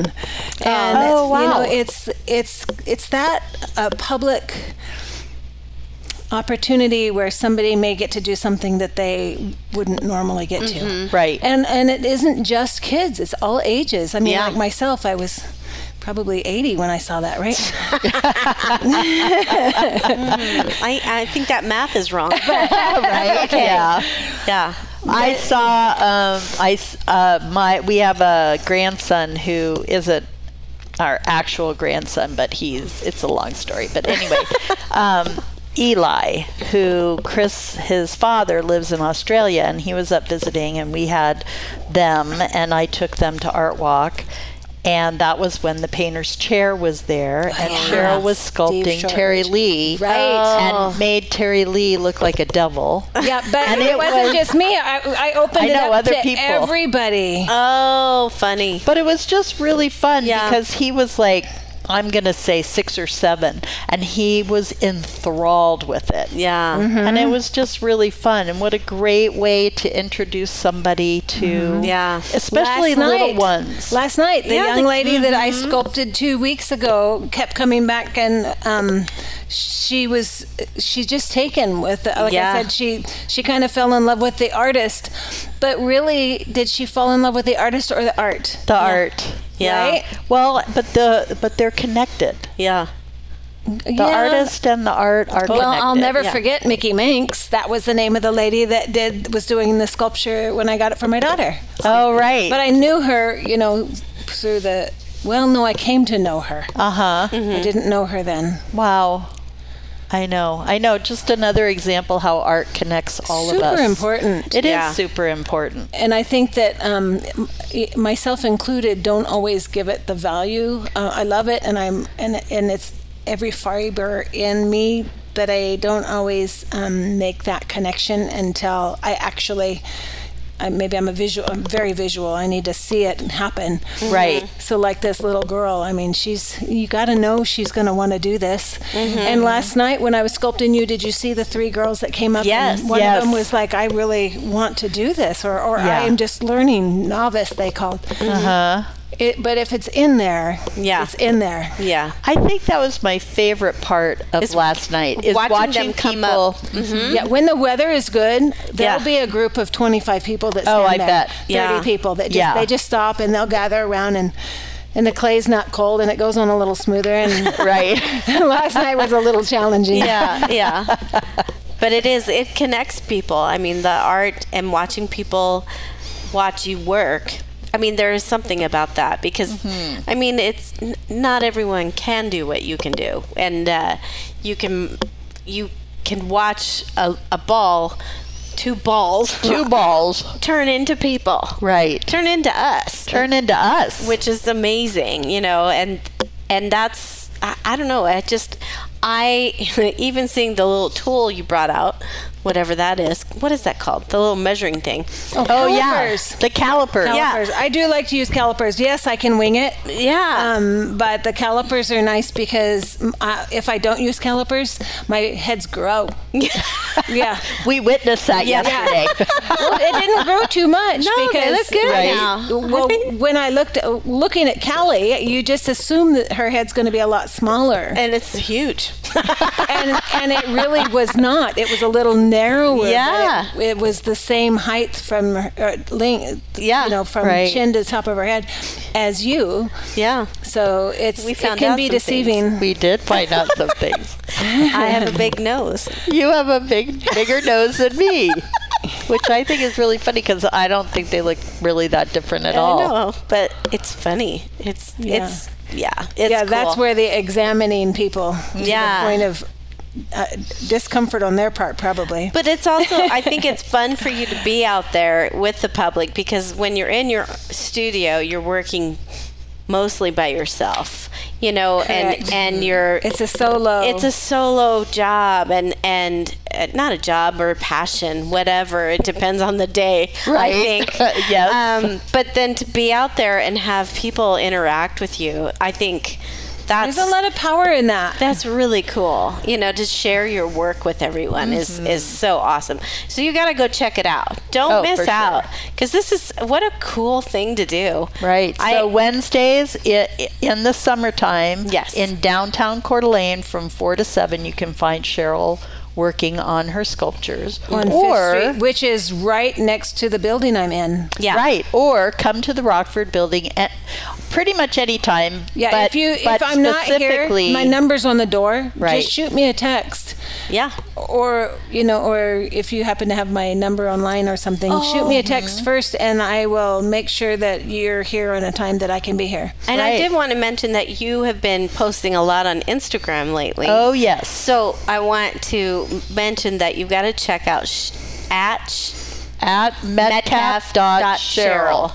S4: and
S2: Oh,
S4: you know
S2: wow.
S4: it's it's it's that uh, public opportunity where somebody may get to do something that they wouldn't normally get to.
S2: Right.
S4: And and it isn't just kids, it's all ages. I mean,
S3: Yeah.
S4: like myself, I was probably 80 when I saw that, right?
S3: I, I think that math is wrong.
S2: right. Yeah.
S3: yeah.
S2: I saw. Um, I s- uh, my we have a grandson who isn't our actual grandson, but he's. It's a long story, but anyway, um, Eli, who Chris, his father lives in Australia, and he was up visiting, and we had them, and I took them to Art Walk. And that was when the painter's chair was there, and Cheryl was sculpting
S4: Short.
S2: Terry Lee,
S4: Right.
S2: and made Terry Lee look like a devil.
S4: Yeah, but
S2: And
S4: it,
S2: it
S4: wasn't
S2: was-
S4: just me. I, I opened
S2: I
S4: it
S2: know
S4: up
S2: other
S4: to
S2: people.
S4: everybody.
S3: Oh, funny.
S2: But it was just really fun
S3: Yeah.
S2: because he was like, I'm going to say six or seven, and he was enthralled with it.
S3: Yeah.
S2: And
S4: Mm-hmm.
S2: it was just really fun. And what a great way to introduce somebody to,
S4: Mm-hmm.
S3: Yeah.
S2: especially
S4: Last
S2: little
S4: night-
S2: ones. Mm-hmm.
S4: Last night, the
S3: Yeah,
S4: young
S3: the-
S4: lady that I sculpted two weeks ago kept coming back, and um, she was she's just taken with. The, like
S3: Yeah.
S4: I said, she she kind of fell in love with the artist, but really, did she fall in love with the artist or the art?
S2: the art.
S3: Yeah.
S4: Right?
S2: Well, but the but they're connected.
S3: Yeah.
S2: The artist and the art are connected.
S4: Well, I'll never
S3: yeah.
S4: forget Mickey Minks. That was the name of the lady that did was doing the sculpture when I got it for my daughter.
S2: Oh right.
S4: But I knew her, you know, through the. Well, no, I came to know her.
S2: uh huh.
S4: I didn't know her then.
S2: Wow. I know. I know. Just another example how art connects all
S4: Super
S2: of us.
S4: important.
S2: It is
S3: Yeah.
S2: super important.
S4: and I think that um, m- y- myself included don't always give it the value. Uh, I love it, and I'm and and it's every fiber in me, but I don't always um, make that connection until I actually. I, maybe I'm a visual. I'm very visual. I need to see it happen.
S2: Mm-hmm. Right.
S4: So like this little girl, I mean, she's you got to know she's going to want to do this.
S2: Mm-hmm.
S4: And last night when I was sculpting you, did you see the three girls that came up?
S3: Yes.
S4: And one
S2: Yes.
S4: of them was it's like I really want to do this, or, or
S2: Yeah.
S4: I am just learning novice. They called
S2: Uh huh.
S4: it, but if it's in there,
S3: Yeah.
S4: it's in there.
S3: Yeah.
S2: I think that was my favorite part of last night is watching,
S3: watching them
S2: people.
S3: come up. Mm-hmm.
S4: Yeah, when the weather is good, there'll
S3: Yeah.
S4: be a group of 25 people that stand
S2: Oh, I
S4: there,
S2: bet.
S4: 30
S3: Yeah.
S4: people that just
S2: Yeah.
S4: they just stop and they'll gather around and and the clay's not cold and it goes on a little smoother and
S2: Right.
S4: last night was a little challenging.
S3: yeah yeah but it is it connects people i mean the art and watching people watch you work i mean there is something about that because
S2: Mm-hmm.
S3: i mean it's n- not everyone can do what you can do and uh, you can you can watch a, a ball two balls
S2: Two balls.
S3: turn into people
S2: Right.
S3: turn into us
S2: Turn into us.
S3: which is amazing, you know, and and that's I, I don't know, I just I even seeing the little tool you brought out, whatever that is, what is that called? The little measuring thing.
S2: oh
S4: Calipers.
S2: yeah. The caliper.
S4: Calipers. I do like to use calipers. Yes, I can wing it.
S3: Yeah.
S4: Um, but the calipers are nice because mm, uh, if I don't use calipers, my heads grow. yeah.
S2: We witnessed that yesterday.
S4: Well, it didn't grow too much.
S3: No, they
S4: because,
S3: look good Right. now.
S4: Well, when I looked uh, looking at Kelly, you just assume that her head's going to be a lot smaller,
S3: and it's huge.
S4: and and it really was not. It was a little narrower. but it-
S3: Yeah.
S4: it, was the same height from her- uh, length.
S3: Yeah,
S4: you know, from
S2: right.
S4: chin to the top of her head, as you.
S3: Yeah.
S4: So it's
S3: We found
S4: it can
S3: out
S4: be
S3: some things.
S4: deceiving.
S2: we did find out some things.
S3: I have a big nose.
S2: You have a big, bigger nose than me, which I think is really funny because I don't think they look really that different at all.
S3: I know, but it's funny. It's it's yeah. It's
S4: yeah, that's
S3: cool.
S4: where the examining people. to
S3: Yeah.
S4: The point of uh, discomfort on their part, probably.
S3: But it's also, I think it's fun for you to be out there with the public because when you're in your studio, you're working mostly by yourself, you know,
S4: Correct.
S3: and and you're
S4: It's a solo.
S3: It's a solo job and and uh, not a job or passion, whatever. It depends on the day,
S2: Right.
S3: I think.
S2: Yes.
S3: Um, but then to be out there and have people interact with you, I think that's
S4: There's a lot of power in that.
S3: that's really cool. You know, to share your work with everyone is is so awesome. So you got to go check it out. Don't
S2: Mm-hmm. Oh, for
S3: miss
S2: sure.
S3: out because this is what a cool thing to do.
S2: Right.
S3: I-
S2: so Wednesdays i- i- in the summertime,
S3: Yes.
S2: in downtown Coeur d'Alene from 4 to 7, you can find Cheryl working on her sculptures.
S4: On Fifth
S2: or,
S4: Street, which is right next to the building I'm in.
S3: Yeah.
S2: Right. Or come to the Rockford building at pretty much any time.
S4: Yeah,
S2: but,
S4: if you if
S2: but
S4: I'm not here,
S2: specifically-
S4: my number's on the door.
S2: Right.
S4: Just shoot me a text.
S3: Yeah.
S4: Or you know, or if you happen to have my number online or something, shoot me a text
S3: Oh.
S4: first, and I will make sure that you're here on a time that I can be here.
S3: And I
S2: Right.
S3: did want to mention that you have been posting a lot on Instagram lately.
S2: Oh, yes.
S3: So I want to mention that you've got to check out sh- at sh-
S2: At Metcalf. dot Cheryl.
S3: Cheryl.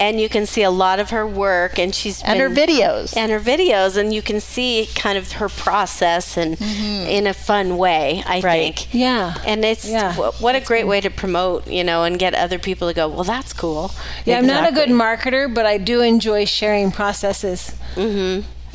S3: And you can see a lot of her work, and she's
S2: And her
S3: been-
S2: videos.
S3: and her videos, and you can see kind of her process and in a fun way. I
S2: Right.
S3: think.
S4: Mm-hmm. Yeah.
S3: And it's
S4: Yeah.
S3: wh- what a great way to promote, you know, and get other people to go. Well, that's cool.
S4: Yeah, I'm not a good marketer, but I do enjoy sharing processes.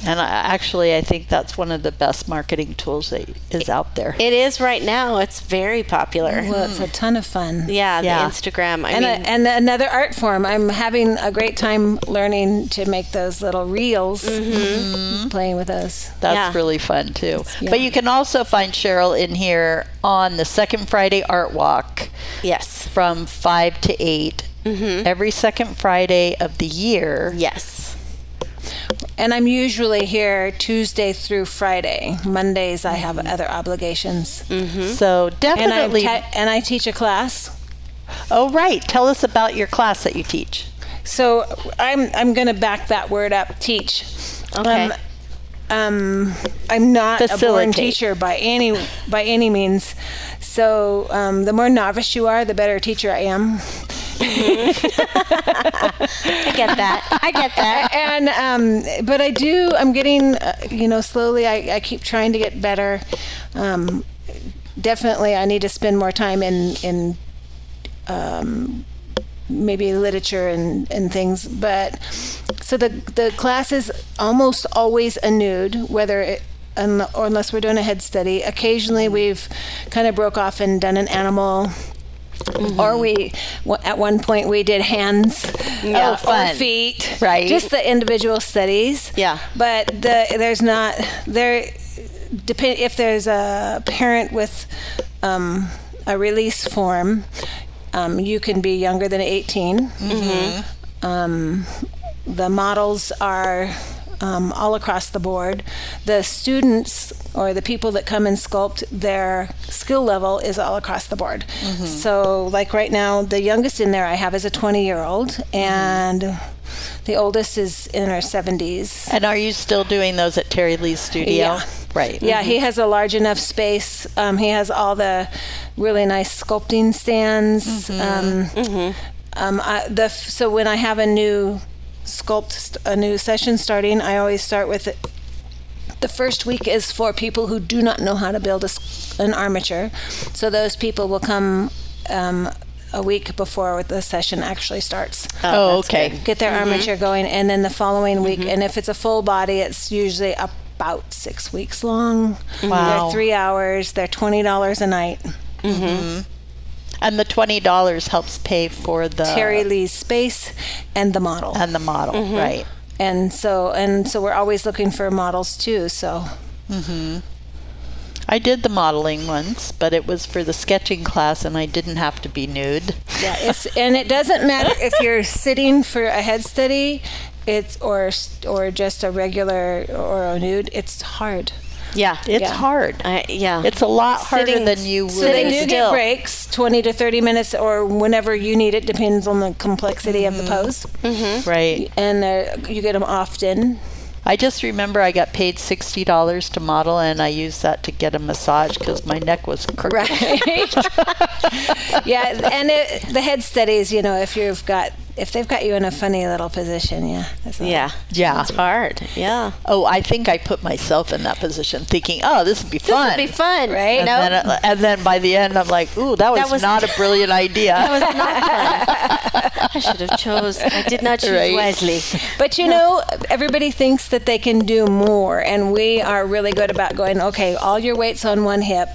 S2: And I, actually, I think that's one of the best marketing tools that is out there.
S3: It is right now. It's very popular.
S4: Well, it's a ton of fun.
S3: Hmm. Yeah,
S2: Yeah.
S3: the Instagram. I mean,
S4: And, a, and another art form. I'm having a great time learning to make those little reels,
S3: Mm-hmm.
S4: playing with those.
S2: That's
S3: Yeah.
S2: really fun too. But you can also find Cheryl in here on the second Friday art walk
S3: yes,
S2: from 5 to 8
S4: Mm-hmm.
S2: every second Friday of the year.
S3: yes.
S4: And I'm usually here Tuesday through Friday. Mondays, I have
S3: Mm-hmm.
S4: other obligations.
S2: So
S4: Mm-hmm. And, I
S2: definitely.
S4: te- and I teach a class.
S2: oh, right. Tell us about your class that you teach.
S4: So I'm, I'm going to back that word up teach.
S3: Okay.
S4: Um, um, I'm not a born
S2: Facilitate.
S4: teacher by any by any means. So um, the more novice you are, the better teacher I am.
S3: I get that. I get that.
S4: and um, but I do. I'm getting uh, you know slowly. I, I keep trying to get better. Um, definitely, I need to spend more time in in um, maybe literature and and things. But so the the class is almost always a nude, whether it. un- Or unless we're doing a head study, occasionally we've kind of broke off and done an animal,
S2: Mm-hmm.
S4: or we w- at one point we did hands,
S2: Yeah,
S4: or
S2: fun.
S4: feet feet,
S2: Right.
S4: Just the individual studies.
S2: Yeah.
S4: But the there's not there. Depend if there's a parent with um, a release form, um, you can be younger than 18. Um, the models are um, all across the board. The students or the people that come and sculpt, their skill level is all across the board. So, like right now, the youngest in there I have is a 20 year old, and the oldest is in her 70s.
S2: And are you still doing those at Terry Lee's studio?
S4: Yeah.
S2: Right.
S4: Yeah, he has a large enough space. Um, he has all the really nice sculpting stands.
S2: Mm-hmm.
S4: Um, um, I, the f- so when I have a new sculpt, st- a new session starting, I always start with it. The first week is for people who do not know how to build a, s- an armature. So those people will come um, a week before the session actually starts
S2: Oh, okay.
S4: get their armature going and then the following week and if it's a full body it's usually about six weeks long
S2: Wow.
S4: they're three hours they're $20 a night
S2: And the twenty dollars helps pay for the
S4: terry Mm-hmm. lee's space and the model
S2: and the model. Right.
S4: and so and so we're always looking for models too so
S2: I did the modeling once, but it was for the sketching class, and I didn't have to be nude.
S4: yeah it's and it doesn't matter if you're sitting for a head study it's or s- or just a regular or a nude it's hard
S3: Yeah.
S2: It's
S4: Yeah.
S2: hard.
S3: I, yeah.
S2: It's a lot harder
S3: Sitting-
S2: than you would.
S3: so
S4: So they
S3: Sitting
S4: do
S3: still.
S4: get breaks, 20 to 30 minutes, or whenever you need it, depends on the complexity of the
S2: right.
S4: pose. uh,
S3: Mm-hmm.
S4: And they're- you get them often.
S2: I just remember I got paid sixty dollars to model, and I used that to get a massage because my neck was crooked.
S4: yeah, and it, the head studies, you know, if you've got if they've got you in a funny little position, yeah. that's not-
S3: Yeah.
S2: Yeah.
S3: It's hard. Yeah.
S2: Oh, I think I put myself in that position, thinking, "Oh, this would be
S3: This
S2: fun."
S3: would be fun,
S4: Right?
S2: And,
S3: No,
S2: then, uh, and then by the end, I'm like, "Ooh, that was,
S3: was-
S2: not a brilliant idea."
S3: I should have chose. I did not choose
S2: Right.
S3: wisely.
S4: But you know, everybody thinks that they can do more, and we are really good about going, okay, all your weight's on one hip.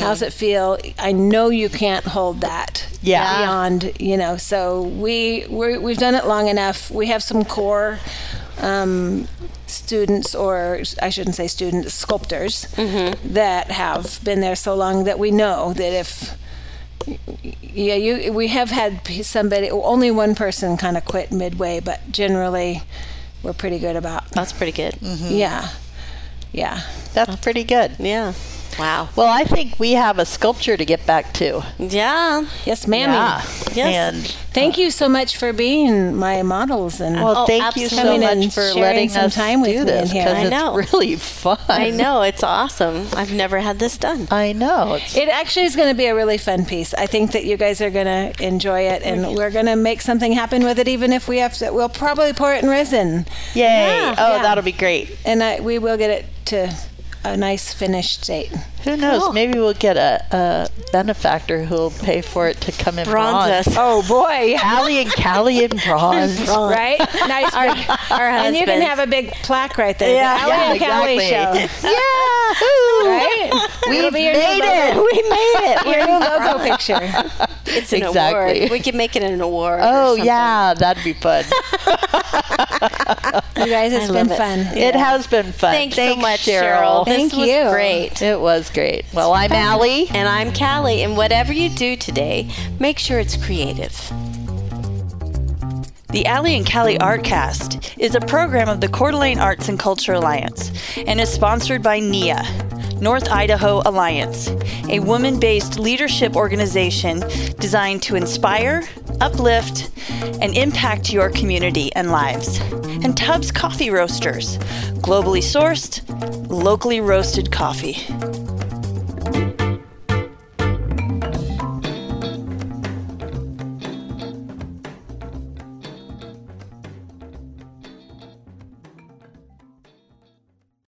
S4: How's it feel? I know you can't hold that.
S2: Yeah.
S4: Beyond, you know, so we we're, we've done it long enough. We have some core. Um, students or i shouldn't say students sculptors that have been there so long that we know that if yeah, you. We have had p- somebody. Only one person kind of quit midway, but generally, we're pretty good about.
S3: That's pretty good.
S4: Mm-hmm. Yeah, yeah.
S2: That's pretty good.
S3: Yeah. Wow.
S2: Well, I think we have a sculpture to get back to.
S3: Yeah.
S4: Yes, mammy.
S3: Yes.
S2: And
S4: Thank you so much for being my models and
S2: well,
S3: Oh,
S2: thank
S3: absolutely.
S2: you so
S4: Coming
S2: much
S4: and
S2: for
S4: sharing
S2: letting
S4: some
S2: us
S4: time with
S2: do
S4: me
S2: this
S4: in here.
S2: because
S3: I
S2: it's
S3: know.
S2: really fun.
S3: I know. It's awesome. I've never had this done.
S2: I know. It's,
S4: it actually is going to be a really fun piece. I think that you guys are going to enjoy it, and we're going to make something happen with it. Even if we have to, we'll probably pour it in resin,
S2: yay! oh, that'll be great.
S4: and I, we will get it to a nice finished state.
S2: Who knows? Maybe we'll get a, a benefactor who'll pay for it to come in
S3: Bronze
S2: bronze.
S3: us.
S4: Oh boy!
S2: Allie and Callie in bronze.
S4: Right? Nice. big-
S3: Our
S4: and you can
S3: husbands.
S4: have a big plaque right there.
S2: Yeah,
S4: the Ally
S2: yeah,
S4: and Callie
S2: exactly.
S4: Show. Right?
S2: We've
S4: It'll be your new
S2: made
S4: logo-
S2: it. We made it.
S4: Your new logo picture.
S3: It's an
S2: Exactly.
S3: award. We can make it an award. or
S2: Oh
S3: something.
S2: yeah, that'd be fun.
S4: You guys, it's been fun.
S2: It has been fun.
S3: Thanks, so much, Cheryl.
S2: Cheryl.
S4: Thank
S3: this was
S4: you.
S3: great.
S2: It was great. Well, I'm Allie.
S3: And I'm Callie. And whatever you do today, make sure it's creative.
S6: The Alley and Cali Artcast is a program of the Coeur d'Alene Arts and Culture Alliance and is sponsored by NIA, North Idaho Alliance, a woman based leadership organization designed to inspire, uplift, and impact your community and lives. And Tubbs Coffee Roasters, globally sourced, locally roasted coffee.